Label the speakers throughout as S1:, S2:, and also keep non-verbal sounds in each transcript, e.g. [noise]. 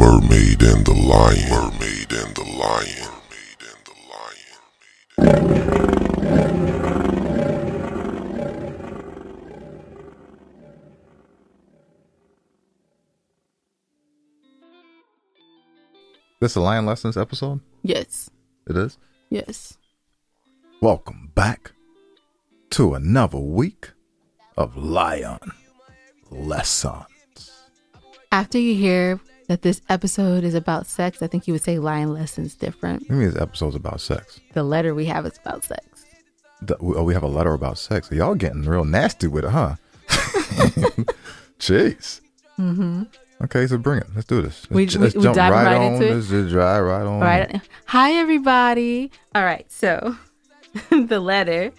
S1: Mermaid and the Lion. Mermaid and the Lion. Mermaid and the Lion.
S2: This is a Lion Lessons episode?
S3: Yes.
S2: It is.
S3: Yes.
S2: Welcome back to another week of Lion Lessons.
S3: After you hear that this episode is about sex, I think you would say lion lessons different.
S2: I mean, this episode's about sex.
S3: The letter we have is about sex.
S2: Th- we- Oh, we have a letter about sex. Y'all getting real nasty with it, huh? [laughs] Jeez. Mm-hmm. Okay, so bring it. Let's do this. Let's,
S3: We-
S2: ju-
S3: we-
S2: let's
S3: we
S2: jump
S3: diving
S2: right,
S3: right
S2: on.
S3: into it?
S2: Let's just drive right on.
S3: All right. Hi, everybody. All right. So [laughs] the letter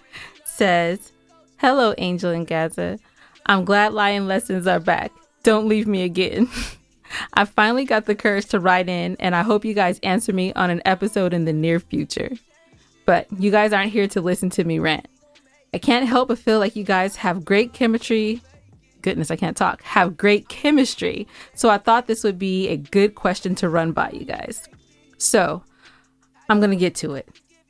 S3: says Hello, Angel in Gaza. I'm glad lion lessons are back. Don't leave me again. [laughs] I finally got the courage to write in, and I hope you guys answer me on an episode in the near future. But you guys aren't here to listen to me rant. I can't help but feel like you guys have great chemistry. Goodness, I can't talk. Have great chemistry. So I thought this would be a good question to run by you guys. So I'm going to get to it.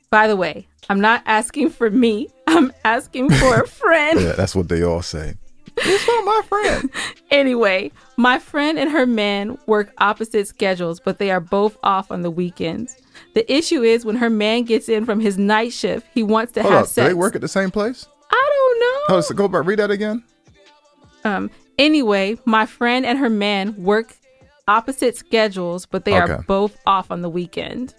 S3: By the way, I'm not asking for me, [laughs] I'm asking for a friend.
S2: [laughs] Yeah, that's what they all
S3: [laughs]
S2: say. It's not my friend.
S3: Anyway, my friend and her man work opposite schedules, but they are both off on the weekends. The issue is when her man gets in from his night shift, he wants to
S2: Hold
S3: have
S2: up. Do
S3: sex.
S2: they work at the same place?
S3: I don't know.
S2: Oh, so go back. Read that again.
S3: Um, anyway, my friend and her man work opposite schedules, but they
S2: Okay.
S3: are both off on the weekend.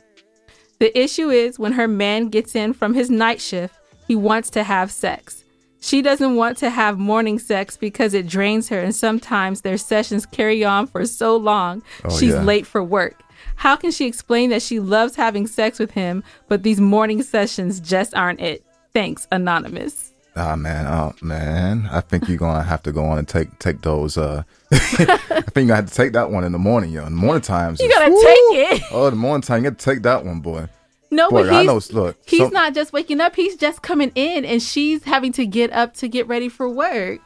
S3: The issue is when her man gets in from his night shift, he wants to have sex. She doesn't want to have morning sex because it drains her, and sometimes their sessions carry on for so long
S2: Oh,
S3: she's
S2: yeah.
S3: late for work. How can she explain that she loves having sex with him, but these morning sessions just aren't it? Thanks, Anonymous.
S2: Ah man, oh man. I think you're gonna have to go on and take take those. Uh, [laughs] I think you gonna have to take that one in the morning, yo. In the morning times,
S3: You
S2: is-
S3: gotta take it.
S2: Oh, the morning time, you gotta take that one, boy.
S3: No,
S2: Boy,
S3: but
S2: I
S3: he's,
S2: know. Look,
S3: he's
S2: some-
S3: not just waking up, he's just coming in and she's having to get up to get ready for work.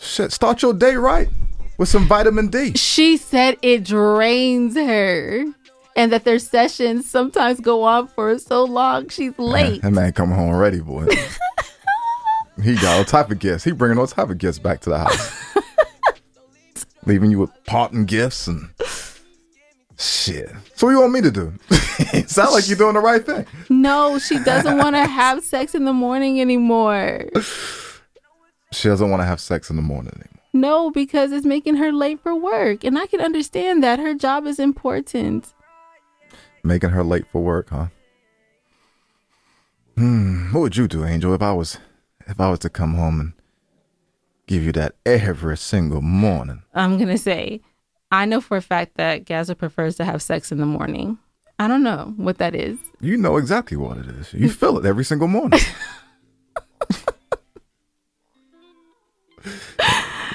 S2: Shit, start your day right with some vitamin D.
S3: She said it drains her and that their sessions sometimes go on for so
S2: [laughs]
S3: long she's late.
S2: That man coming home ready, boy. [laughs] he got all type of gifts. He bringing all type of gifts back to the
S3: [laughs]
S2: house, leaving you with parting gifts and shit. So what you want me to do? [laughs] Sound like you're doing the right thing.
S3: No, she doesn't want
S2: [laughs]
S3: to have sex in the morning anymore.
S2: She doesn't want to have sex in the morning anymore.
S3: No, because it's making her late for work. And I can understand that her job is important.
S2: Making her late for work, huh? Hmm. What would you do, Angel, if I was if I was to come home and give you that every single morning?
S3: I'm going to say, I know for a fact that Gaza prefers to have sex in the morning. I don't know what that is.
S2: You know exactly what it is. You feel it every single
S3: [laughs]
S2: morning.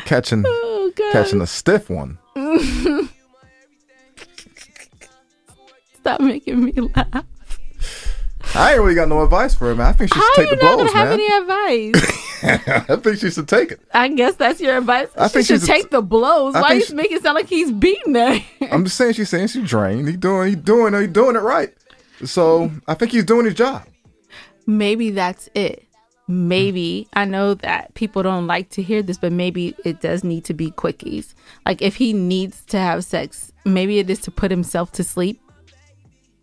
S2: catching
S3: Oh, God.
S2: catching a stiff one.
S3: Stop making me laugh.
S2: I ain't really got no advice for her, man. I think she
S3: How
S2: should
S3: are
S2: take
S3: you
S2: the
S3: not
S2: blows,
S3: gonna have
S2: man.
S3: any advice?
S2: [laughs] I think she should take it.
S3: I guess that's your advice.
S2: I
S3: she
S2: think
S3: should
S2: she's a-
S3: take the blows.
S2: I
S3: Why
S2: think
S3: you
S2: she-
S3: make it sound like he's beating her? [laughs]
S2: I'm just saying she's saying she drained. He doing he doing he doing it right. So I think he's doing his job.
S3: maybe that's it. Maybe I know that people don't like to hear this, but maybe it does need to be quickies. Like if he needs to have sex, maybe it is to put himself to sleep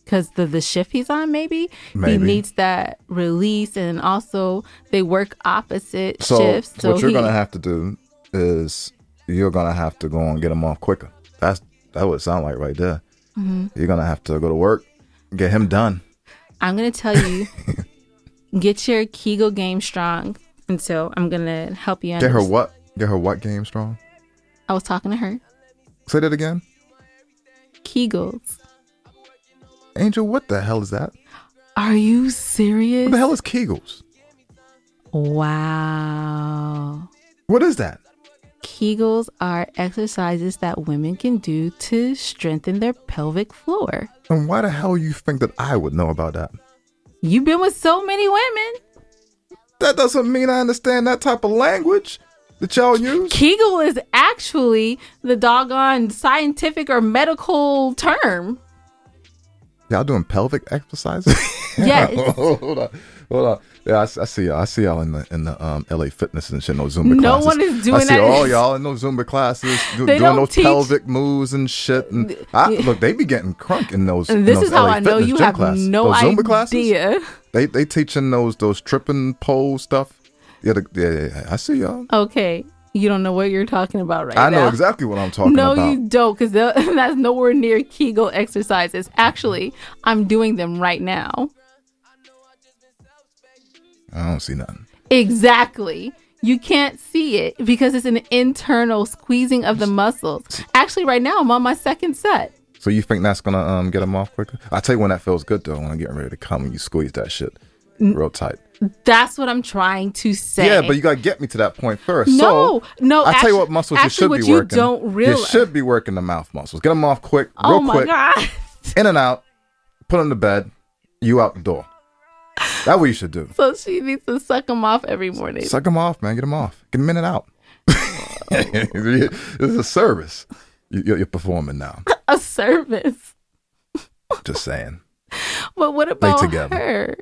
S3: because the the shift he's on. Maybe, he
S2: Maybe.
S3: needs that release, and also they work opposite
S2: So
S3: shifts. So
S2: what you're
S3: he,
S2: gonna have to do is you're gonna have to go and get him off quicker. That's that would sound like right there.
S3: Mm-hmm.
S2: You're gonna have to go to work, get him done.
S3: I'm gonna tell
S2: [laughs]
S3: you, get your Kegel game strong. And so I'm gonna help you.
S2: Get her
S3: understand-
S2: what? Get her what game strong?
S3: I was talking to her.
S2: Say that again,
S3: Kegels.
S2: Angel. What the hell is that?
S3: Are you
S2: What
S3: serious?
S2: the hell is Kegels?
S3: Wow.
S2: What is that?
S3: Kegels are exercises that women can do to strengthen their pelvic floor.
S2: And why the hell you think that I would know about that?
S3: You've been with so many women.
S2: That doesn't mean I understand that type of language. that y'all use?
S3: Kegel is actually the doggone scientific or medical term.
S2: Y'all doing pelvic exercises? [laughs]
S3: Yes.
S2: hold on, hold on. Yeah, I, s- I see y'all. I see y'all in the in the um, LA fitness and shit. No Zumba.
S3: No
S2: classes.
S3: one is
S2: I
S3: doing
S2: see
S3: that.
S2: all y'all in those Zumba
S3: [laughs]
S2: classes do,
S3: They
S2: doing
S3: don't
S2: those
S3: teach-
S2: pelvic moves and shit. And
S3: [laughs]
S2: I, look, they be getting crunk in those. in
S3: And this
S2: those
S3: is how
S2: LA
S3: I know
S2: fitness
S3: you
S2: gym
S3: have
S2: classes.
S3: no
S2: those Zumba
S3: idea.
S2: classes.
S3: [laughs]
S2: They they teaching those those tripping pole stuff. Yeah, the, yeah, yeah, yeah. I see y'all.
S3: Okay, you don't know what you're talking about right
S2: I
S3: now.
S2: know exactly what I'm talking
S3: No,
S2: about.
S3: you don't, because [laughs] that's nowhere near Kegel exercises. Actually, I'm doing them right now.
S2: I don't see nothing.
S3: Exactly. You can't see it because it's an internal squeezing of the muscles. Actually, right now I'm on my second set.
S2: So you think that's gonna um get them off quicker? I tell you when that feels good though. When I'm getting ready to come and you squeeze that shit real tight.
S3: That's what I'm trying to say.
S2: Yeah, but you gotta get me to that point first.
S3: No,
S2: so,
S3: no,
S2: I tell
S3: actu-
S2: you what muscles you
S3: actually
S2: should
S3: what
S2: be
S3: you
S2: working.
S3: don't
S2: You
S3: realize-
S2: should be working the mouth muscles. Get them off quick, real
S3: oh my
S2: quick,
S3: god. [laughs]
S2: in and out. Put them to bed. You out the door. That's what you should do.
S3: So she needs to suck them off every morning.
S2: Suck them off, man. Get them off. Get them in and out. [laughs] it's a service. You- You're, you're performing
S3: [laughs]
S2: now.
S3: a service.
S2: Just saying.
S3: But what about
S2: together.
S3: her?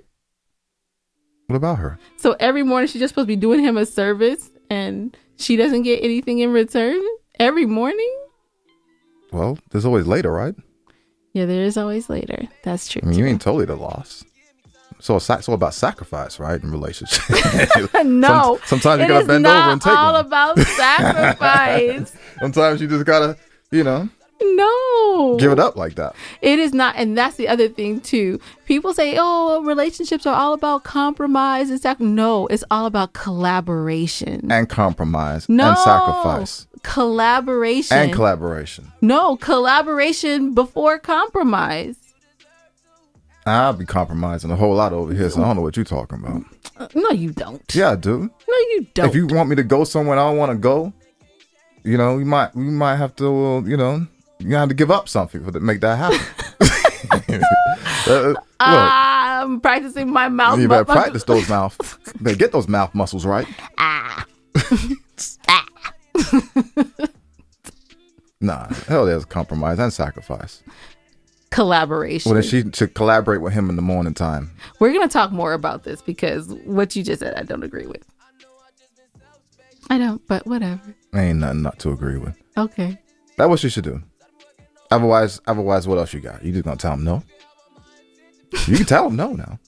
S2: What about her?
S3: So every morning she's just supposed to be doing him a service and she doesn't get anything in return every morning?
S2: Well, there's always later, right?
S3: Yeah, there is always later. That's true.
S2: I mean, you ain't totally at a loss. So it's, it's all about sacrifice, right? In relationships.
S3: [laughs]
S2: [laughs] Some-
S3: no.
S2: sometimes you
S3: it
S2: gotta
S3: is
S2: bend over
S3: not
S2: and take
S3: all
S2: one. [laughs]
S3: about sacrifice.
S2: Sometimes you just gotta, you know,
S3: no.
S2: give it up like that.
S3: It is not, and that's the other thing too. People say, "Oh, relationships are all about compromise and sac." No, it's all about collaboration.
S2: And compromise.
S3: no
S2: And sacrifice.
S3: collaboration.
S2: And collaboration.
S3: no collaboration before compromise.
S2: I'll be compromising a whole lot over here, so I don't know what you're talking about.
S3: Uh, No, you don't.
S2: Yeah, I do.
S3: No, you don't.
S2: If you want me to go somewhere I don't want to go, you know, you might we might have to, uh, you know, you have to give up something for to make that happen. [laughs]
S3: [laughs]
S2: Uh, look,
S3: Ah, I'm practicing my mouth.
S2: you
S3: my-
S2: better
S3: my-
S2: practice those mouth. better get those mouth muscles right.
S3: Ah.
S2: [laughs] Nah, hell, there's compromise and sacrifice.
S3: [laughs] Collaboration.
S2: Well, then she should collaborate with him in the morning time.
S3: We're gonna talk more about this because what you just said, I don't agree with. I don't, but whatever.
S2: Ain't nothing not to agree with.
S3: Okay.
S2: That's what she should do. Otherwise, otherwise, what else you got? You just gonna tell him no? You can tell him no now.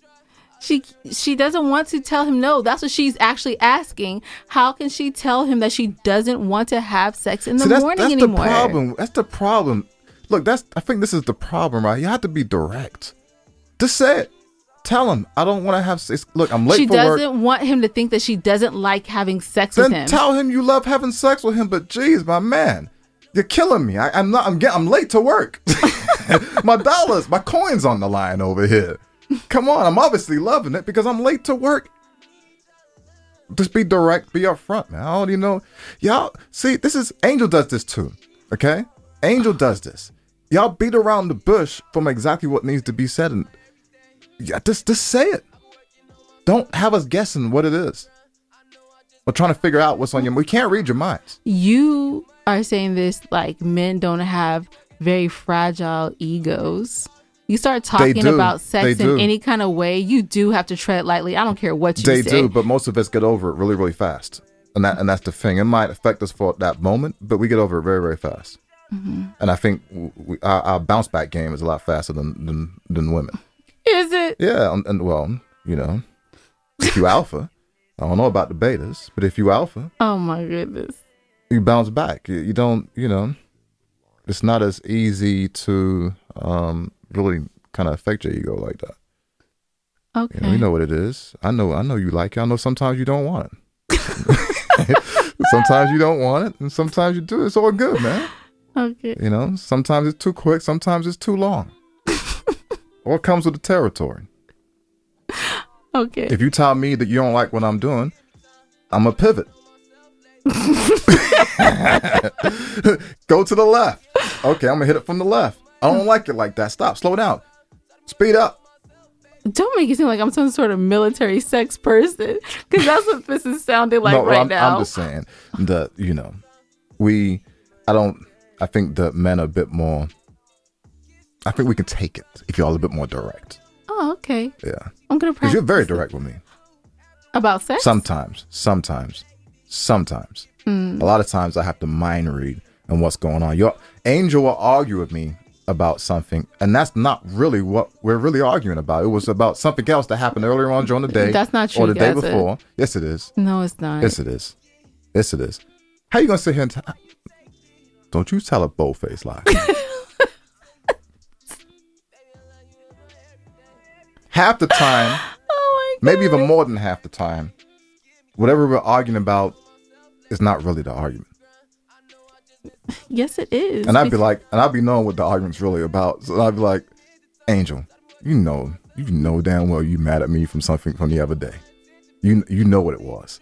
S3: She she doesn't want to tell him no. That's what she's actually asking. How can she tell him that she doesn't want to have sex in the
S2: See, that's,
S3: morning
S2: that's
S3: anymore?
S2: the problem. That's the problem. Look, that's I think this is the problem, right? You have to be direct. Just say it. Tell him I don't want to have sex. Look, I'm late
S3: She
S2: for work.
S3: doesn't want him to think that she doesn't like having sex with
S2: Then
S3: him.
S2: tell him you love having sex with him. But geez, my man, you're killing me. I, I'm not. I'm get, I'm late to work. [laughs] my dollars, my coins on the line over here. Come on, I'm obviously loving it because I'm late to work. Just be direct, be upfront, man. I already know. Y'all, see, this is Angel does this too. Okay? Angel does this. Y'all beat around the bush from exactly what needs to be said and yeah, just just say it. Don't have us guessing what it is. We're trying to figure out what's on your we can't read your minds.
S3: you are saying this like men don't have very fragile egos. You start talking
S2: do.
S3: about sex
S2: They
S3: in
S2: do.
S3: any kind of way, you do have to tread lightly. I don't care what you
S2: They
S3: say.
S2: do, but most of us get over it really, really fast. And that and that's the thing. It might affect us for that moment, but we get over it very, very fast. And I think w- we, our, our bounce back game is a lot faster than than, than women.
S3: Is it?
S2: Yeah, and, and well, you know, if you alpha, I don't know about the betas, but if you alpha,
S3: Oh my goodness.
S2: you bounce back. You, you don't, you know, it's not as easy to um, really kind of affect your ego like that. You
S3: Okay. Hmm.
S2: know, you know what it is. I know. I know you like it. I know sometimes you don't want it. [laughs] sometimes you don't want it, and sometimes you do. It's all good, man.
S3: okay.
S2: You know. Sometimes it's too quick. Sometimes it's too long. all comes with the territory.
S3: Okay.
S2: If you tell me that you don't like what I'm doing, I'm a pivot. [laughs] Go to the left. Okay, I'm gonna hit it from the left. I don't like it like that. Stop. Slow down. Speed up.
S3: Don't make it seem like I'm some sort of military sex person, because that's what this is sounding [laughs] like right
S2: I'm,
S3: now.
S2: I'm just saying that you know, we. I don't. I think that men are a bit more. I think we can take it if y'all are a bit more direct.
S3: Oh, okay.
S2: Yeah,
S3: I'm gonna
S2: because
S3: practice
S2: you're very direct with me.
S3: about sex.
S2: Sometimes, sometimes, sometimes.
S3: Hmm.
S2: A lot of times, I have to mind read and what's going on. Your angel will argue with me about something, and that's not really what we're really arguing about. It was about something else that happened earlier on during the day.
S3: That's not true,
S2: Or the day
S3: Gaza.
S2: before. Yes, it is.
S3: no, it's not.
S2: Yes, it is. Yes, it is. How you gonna sit here and t- don't you tell a bold faced lie? [laughs] half the time,
S3: oh my god.
S2: maybe even more than half the time, whatever we're arguing about is not really the argument.
S3: Yes, it is.
S2: And I'd be like, and I'd be knowing what the argument's really about. So I'd be like, Angel, you know, you know damn well you mad at me from something from the other day. You you know what it was.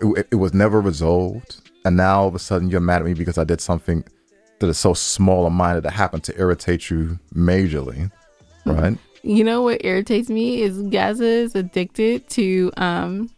S2: It, it was never resolved, and now all of a sudden you're mad at me because I did something that is so small and minor that happened to irritate you majorly, right?
S3: You know what irritates me is Gaza is addicted to um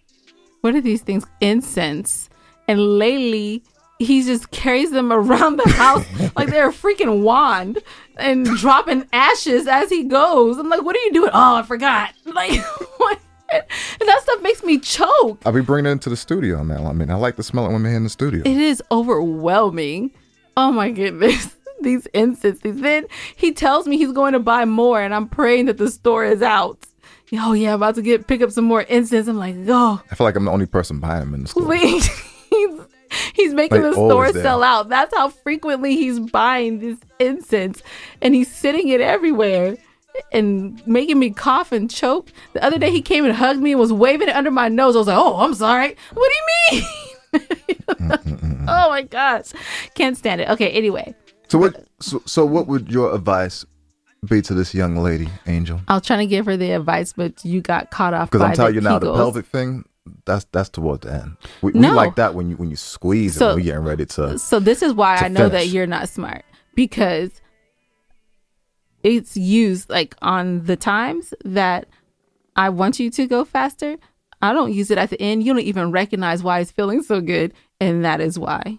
S3: what are these things? Incense. And lately he just carries them around the house like they're a freaking wand and dropping ashes as he goes. I'm like, what are you doing? Oh, I forgot. [laughs] Like what? And that stuff makes me choke.
S2: I'll be bringing it into the studio now. I mean, I like to smell it when we're here in the studio.
S3: It is overwhelming. Oh my goodness. [laughs] These instances. Then he tells me he's going to buy more, and I'm praying that the store is out. Oh yeah, I'm about to get pick up some more incense. I'm like, oh
S2: I feel like I'm the only person buying them in
S3: [laughs]
S2: the store.
S3: please. he's, he's making
S2: Like,
S3: the store
S2: always there.
S3: sell out. That's how frequently he's buying this incense, and he's sitting it everywhere. And making me cough and choke. The other day he came and hugged me and was waving it under my nose. I was like, "Oh, I'm sorry. What do you mean?" [laughs] oh my gosh, can't stand it. Okay, anyway,
S2: So what? So, so what would your advice be to this young lady, Angel?
S3: I was trying to give her the advice, but you got caught off.
S2: Because
S3: by
S2: I'm telling
S3: the
S2: you now, the
S3: Kegels.
S2: pelvic thing, that's that's toward the end. We,
S3: No.
S2: we like that when you when you squeeze
S3: So-
S2: and we're getting ready to.
S3: So this is why
S2: to
S3: I know that
S2: finish.
S3: you're not smart because it's used like on the times that I want you to go faster. I don't use it at the end. You don't even recognize why it's feeling so good, and that is why.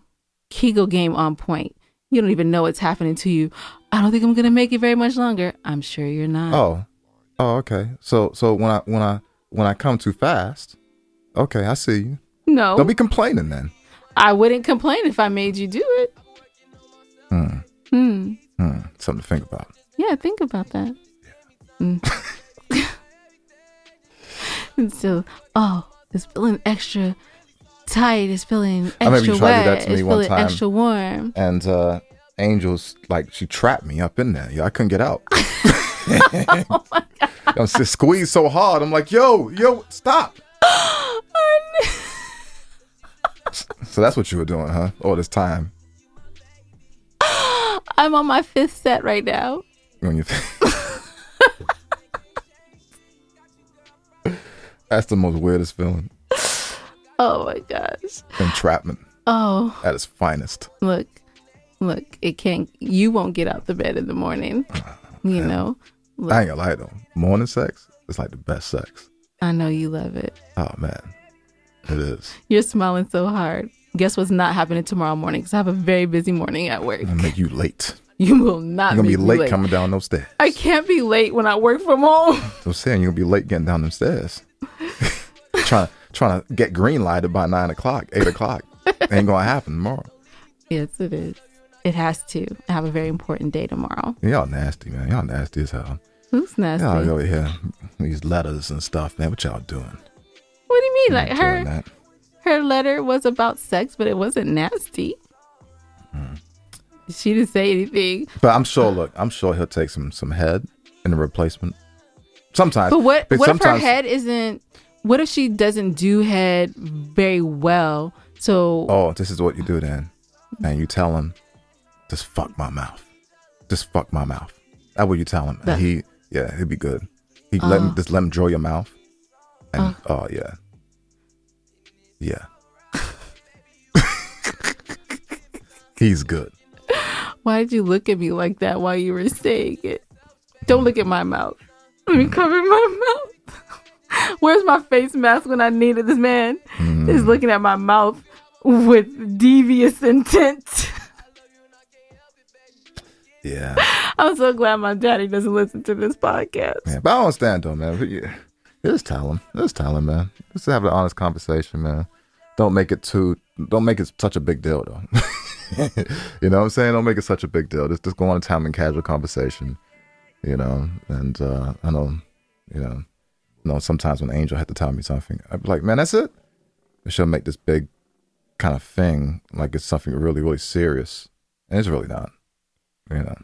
S3: Kegel game on point. You don't even know what's happening to you. I don't think I'm gonna make it very much longer. I'm sure you're not.
S2: Oh, oh, okay. So so when I when I when I come too fast, okay, I see you.
S3: no,
S2: Don't be complaining then.
S3: I wouldn't complain if I made you do it.
S2: Hmm.
S3: Hmm.
S2: Hmm. something to think about.
S3: Yeah, think about that. Mm. [laughs] and so, oh, it's feeling extra tight. It's feeling
S2: I remember you
S3: extra
S2: tried to do that
S3: wet.
S2: to me
S3: it's
S2: one
S3: feeling
S2: time.
S3: extra warm.
S2: And uh Angel's like she trapped me up in there. Yeah, I couldn't get
S3: [laughs]
S2: out.
S3: Oh
S2: [laughs] I'm just squeezed so hard. I'm like, yo, yo,
S3: [gasps]
S2: stop. [laughs] So that's what you were doing, huh? All this time
S3: I'm on my fifth set right now.
S2: when you. [laughs] that's the most weirdest feeling.
S3: Oh my gosh.
S2: Entrapment
S3: Oh,
S2: at its finest.
S3: look, look. It can't. You won't get out the bed in the morning. You
S2: [laughs]
S3: know.
S2: I ain't gonna lie though. Morning sex is like the best sex.
S3: I know you love it.
S2: Oh man, it is.
S3: You're smiling so hard. Guess what's not happening tomorrow morning? Because I have a very busy morning at work.
S2: It'll make you late.
S3: You will not
S2: Mm-hmm. You're gonna be
S3: make me
S2: late, coming down those stairs.
S3: I can't be late when I work from home.
S2: I'm saying you're gonna be late getting down them stairs. [laughs] trying trying to get green lighted by nine o'clock, eight o'clock. ain't gonna happen tomorrow.
S3: yes, it is. It has to. I have a very important day tomorrow.
S2: Y'all nasty, man. Y'all nasty as hell.
S3: Who's nasty?
S2: Y'all over here, these letters and stuff, man. What y'all doing?
S3: what do you mean? Like
S2: Doing
S3: her,
S2: that.
S3: her letter was about sex, but it wasn't nasty.
S2: Mm.
S3: She didn't say anything.
S2: But I'm sure. Look, I'm sure he'll take some some head in a replacement. Sometimes,
S3: But what?
S2: but
S3: what if her
S2: sometimes-
S3: head isn't? What if she doesn't do head very well? So
S2: Oh, this is what you do then, and you tell him, just fuck my mouth, just fuck my mouth. That's what you tell him,
S3: That- Uh-huh.
S2: and he, yeah, he'd be good. He let him just let him draw your mouth, and
S3: Uh.
S2: oh yeah,
S3: [laughs]
S2: yeah. [laughs] He's good.
S3: why did you look at me like that while you were saying it? Don't look at my mouth. Let me cover my mouth. [laughs] Where's my face mask when I needed this man?
S2: Mm.
S3: Is looking at my mouth with devious intent. [laughs]
S2: Yeah.
S3: I'm so glad my daddy doesn't listen to this podcast.
S2: Yeah, but I don't stand though, man. But yeah, just tell him. Just tell him, man. Just have an honest conversation, man. Don't make it too. Don't make it such a big deal, though. [laughs] you know what I'm saying? Don't make it such a big deal. Just just go on a time and casual conversation. You know, and uh, I know, you know, you know. Sometimes when Angel had to tell me something, I'd be like, "Man, that's it." And she'll make this big kind of thing, like it's something really, really serious, and it's really not. You know,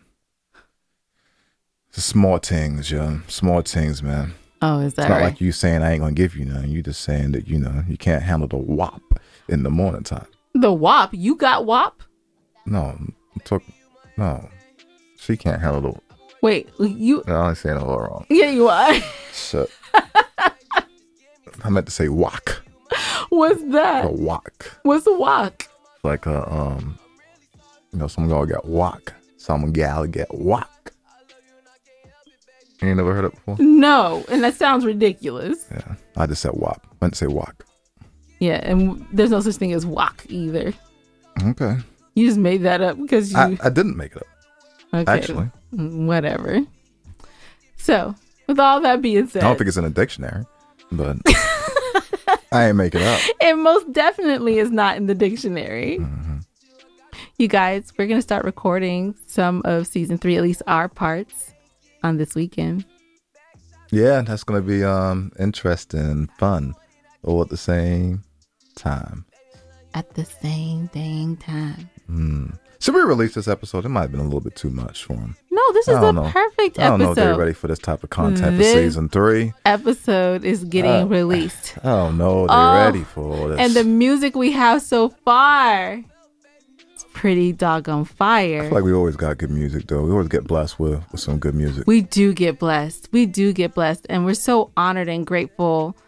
S2: it's small things, yeah, small things, man.
S3: Oh, is that
S2: It's not like you saying I ain't gonna give you none. You just saying that you know you can't handle the wop in the morning time.
S3: the WAP. You got WAP?
S2: No, took no. She can't handle
S3: Wait, you.
S2: the. No, I ain't saying it all wrong.
S3: Yeah, you are. [laughs]
S2: Shit. I meant to say wok.
S3: What's
S2: A
S3: that?
S2: wok.
S3: What's the WAP?
S2: Like a um, you know, some girl got wok. Some gal get wok. You ain't never heard it before.
S3: No, and that sounds ridiculous.
S2: Yeah, I just said wop. I meant to say wok.
S3: Yeah, and there's no such thing as WAP either.
S2: Okay.
S3: You just made that up because you.
S2: I, I didn't make it up.
S3: okay,
S2: Actually,
S3: Whatever. So, with all that being said,
S2: I don't think it's in a dictionary, but I ain't making it up.
S3: it most definitely is not in the dictionary.
S2: Mm-hmm.
S3: You guys, we're going to start recording some of season three, at least our parts, on this weekend.
S2: Yeah, that's gonna be um interesting and fun, all at the same time.
S3: at the same dang time.
S2: Hmm. Should we release this episode? It might have been a little bit too much for him.
S3: No, this is
S2: I
S3: the
S2: don't know.
S3: perfect
S2: I don't know if they're
S3: episode.
S2: ready for this type of content
S3: This-
S2: for season three.
S3: episode is getting
S2: Uh, [sighs]
S3: released.
S2: I don't know. if They're
S3: Oh,
S2: ready for all this.
S3: And the music we have so far it's pretty doggone
S2: I
S3: fire.
S2: feel like we always got good music though. We always get blessed with, with some good music.
S3: we do get blessed. We do get blessed. And we're so honored and grateful. [sighs]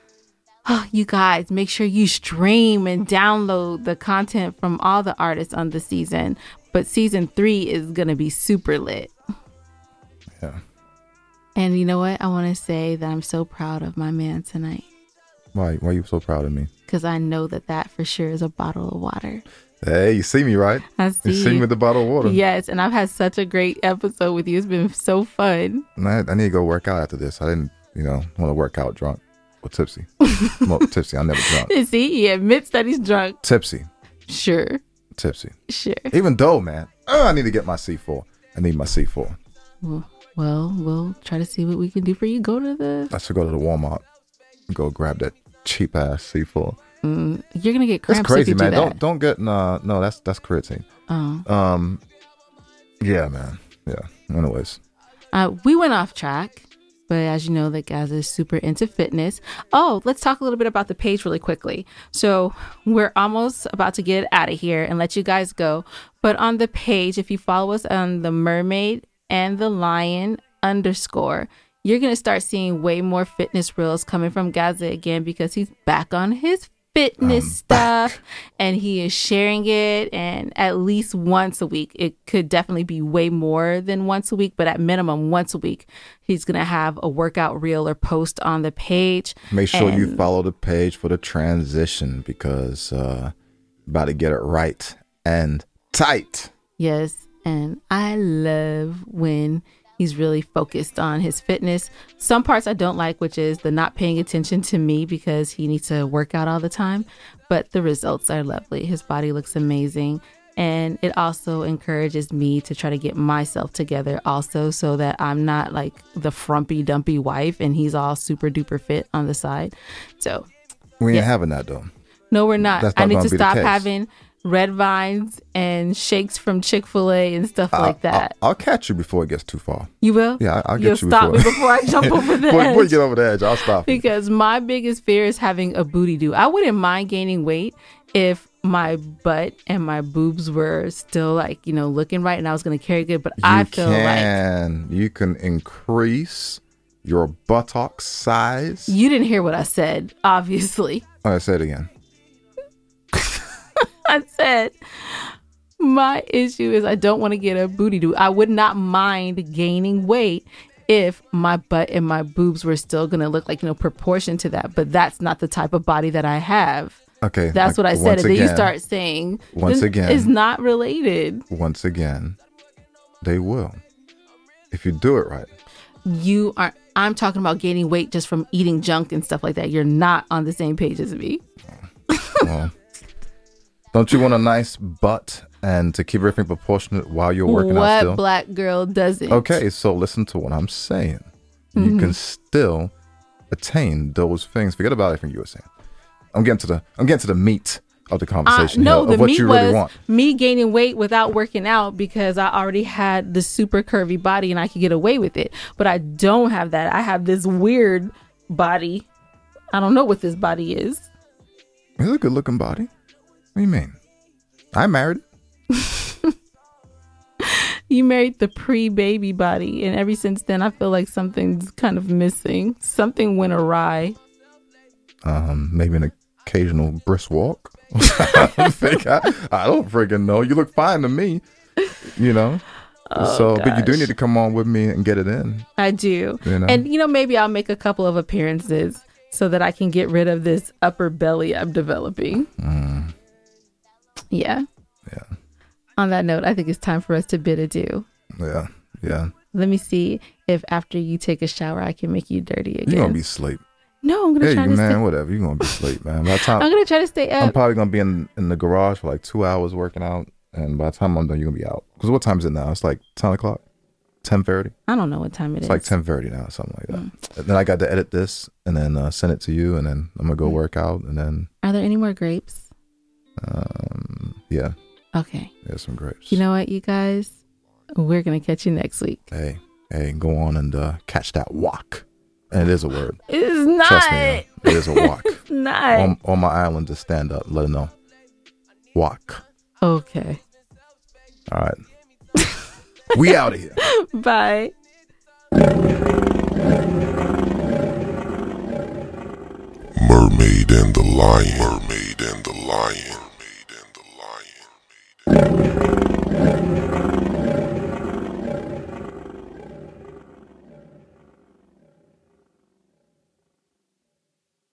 S3: Oh, you guys, make sure you stream and download the content from all the artists on the season. But season three is going to be super lit.
S2: Yeah.
S3: And you know what? I want to say that I'm so proud of my man tonight
S2: Why why you so proud of me?
S3: because I know that that for sure is a bottle of water.
S2: Hey, you see me, right?
S3: I see.
S2: You see me
S3: you.
S2: with the bottle of water.
S3: Yes, and I've had such a great episode with you. It's been so fun. [laughs]
S2: And I, I need to go work out after this. I didn't, you know, want to work out drunk or
S3: [laughs]
S2: tipsy. well, tipsy. I never drunk.
S3: See, he admits that he's drunk.
S2: Tipsy.
S3: Sure,
S2: Tipsy.
S3: sure.
S2: Even though, man, uh, I need to get my C4. I need my C4.
S3: Well, well, we'll try to see what we can do for you. Go to the.
S2: I should go to the Walmart and go grab that cheap ass C4.
S3: You're gonna get
S2: That's
S3: cramps if
S2: crazy,
S3: you
S2: man.
S3: do
S2: Don't
S3: that.
S2: don't get nah, no. That's that's creatine.
S3: Oh.
S2: Um, yeah, man. Yeah. Anyways,
S3: Uh, we went off track, but as you know, that guys is super into fitness. Oh, let's talk a little bit about the page really quickly. So we're almost about to get out of here and let you guys go. But on the page, if you follow us on the mermaid and the lion underscore, you're gonna start seeing way more fitness reels coming from Gaza again because he's back on his fitness stuff and he is sharing it and at least once a week it could definitely be way more than once a week but at minimum once a week he's gonna have a workout reel or post on the page
S2: make sure you
S3: And-
S2: follow the page for the transition because uh, about to get it right and tight.
S3: Yes, and I love when he's really focused on his fitness. Some parts I don't like, which is the not paying attention to me because he needs to work out all the time, but the results are lovely. His body looks amazing. And it also encourages me to try to get myself together, also, so that I'm not like the frumpy dumpy wife and he's all super duper fit on the side. So,
S2: We ain't
S3: Yeah.
S2: having that though.
S3: no, we're not.
S2: That's
S3: I
S2: not
S3: need
S2: gonna
S3: to
S2: be the
S3: stop
S2: case.
S3: having red vines and shakes from Chick fil A and stuff like
S2: I-
S3: that.
S2: I'll, I'll catch you before it gets too
S3: [laughs]
S2: far.
S3: You will?
S2: Uh, Yeah, I- I'll get you
S3: You'll stop me
S2: before-
S3: before I
S2: [laughs]
S3: jump over the
S2: Before,
S3: edge.
S2: before you get over the edge, I'll stop. you.
S3: because my biggest fear is having a booty do. I wouldn't mind gaining weight if my butt and my boobs were still like, you know, looking right and I was going to carry good, but I
S2: you
S3: feel like
S2: can you can increase your buttock size.
S3: you didn't hear what I said, obviously.
S2: All right, say it again.
S3: [laughs] I said my issue is I don't want to get a booty do. I would not mind gaining weight if my butt and my boobs were still gonna look like you know proportion to that. But that's not the type of body that I have.
S2: Okay.
S3: That's
S2: like,
S3: what I said.
S2: once
S3: And then you
S2: again-
S3: start saying
S2: Once
S3: then
S2: again.
S3: it's not related.
S2: Once again, they will. If you do it right.
S3: You are. I'm talking about gaining weight just from eating junk and stuff like that. You're not on the same page as me.
S2: Well,
S3: [laughs]
S2: don't you want a nice butt and to keep everything proportionate while you're working
S3: what
S2: out still?
S3: black girl doesn't?
S2: Okay, so listen to what I'm saying. You
S3: Mm-hmm.
S2: can still attain those things. Forget about everything you were saying. I'm getting to the I'm getting to the meat of the
S3: I,
S2: conversation
S3: Uh, no,
S2: here,
S3: the
S2: of what
S3: meat
S2: you
S3: was
S2: really want.
S3: me gaining weight without working out because I already had the super curvy body and I could get away with it. But I don't have that. I have this weird body. I don't know what this body is.
S2: It's a good looking body. What do you mean? I married it.
S3: You married the pre baby body, and ever since then, I feel like something's kind of missing. Something went awry.
S2: Um, maybe an occasional brisk walk. [laughs] I don't think I, I don't freaking know. You look fine to me. You know? so but you do
S3: Oh, gosh.
S2: need to come on with me and get it in.
S3: I do.
S2: You know?
S3: And, you know, maybe I'll make a couple of appearances so that I can get rid of this upper belly I'm developing. Yeah.
S2: Mm. Yeah.
S3: On that note, I think it's time for us to bid adieu.
S2: Yeah. Yeah.
S3: Let me see if after you take a shower, I can make you dirty again.
S2: You're gonna be asleep.
S3: no, I'm gonna
S2: Hey
S3: try
S2: man,
S3: to. Stay,
S2: whatever. You're gonna be asleep, man. By the
S3: [laughs]
S2: time
S3: I'm gonna try to stay
S2: I'm
S3: up.
S2: probably gonna be in in the garage for like two hours working out, and by the time I'm done, you're gonna be out. Cause what time is it now? It's like ten o'clock, ten thirty.
S3: I don't know what time it is. Mm.
S2: It's like ten thirty now, something like that. And then I got to edit this and then uh, send it to you, and then I'm gonna
S3: Mm.
S2: go work out, and then
S3: Are there any more grapes?
S2: um, yeah,
S3: Okay.
S2: yeah, some grapes.
S3: You know what, you guys? We're gonna catch you next week.
S2: hey, hey, go on and uh, catch that walk. And it is a word.
S3: It is not.
S2: Trust me, Um, man. it is a
S3: [laughs]
S2: walk.
S3: Not.
S2: on, on my island, just stand up, let it know. Walk.
S3: okay. [laughs]
S2: All right. we out of here.
S3: Bye.
S1: Mermaid and the Lion. Mermaid and the Lion. Mermaid and the Lion.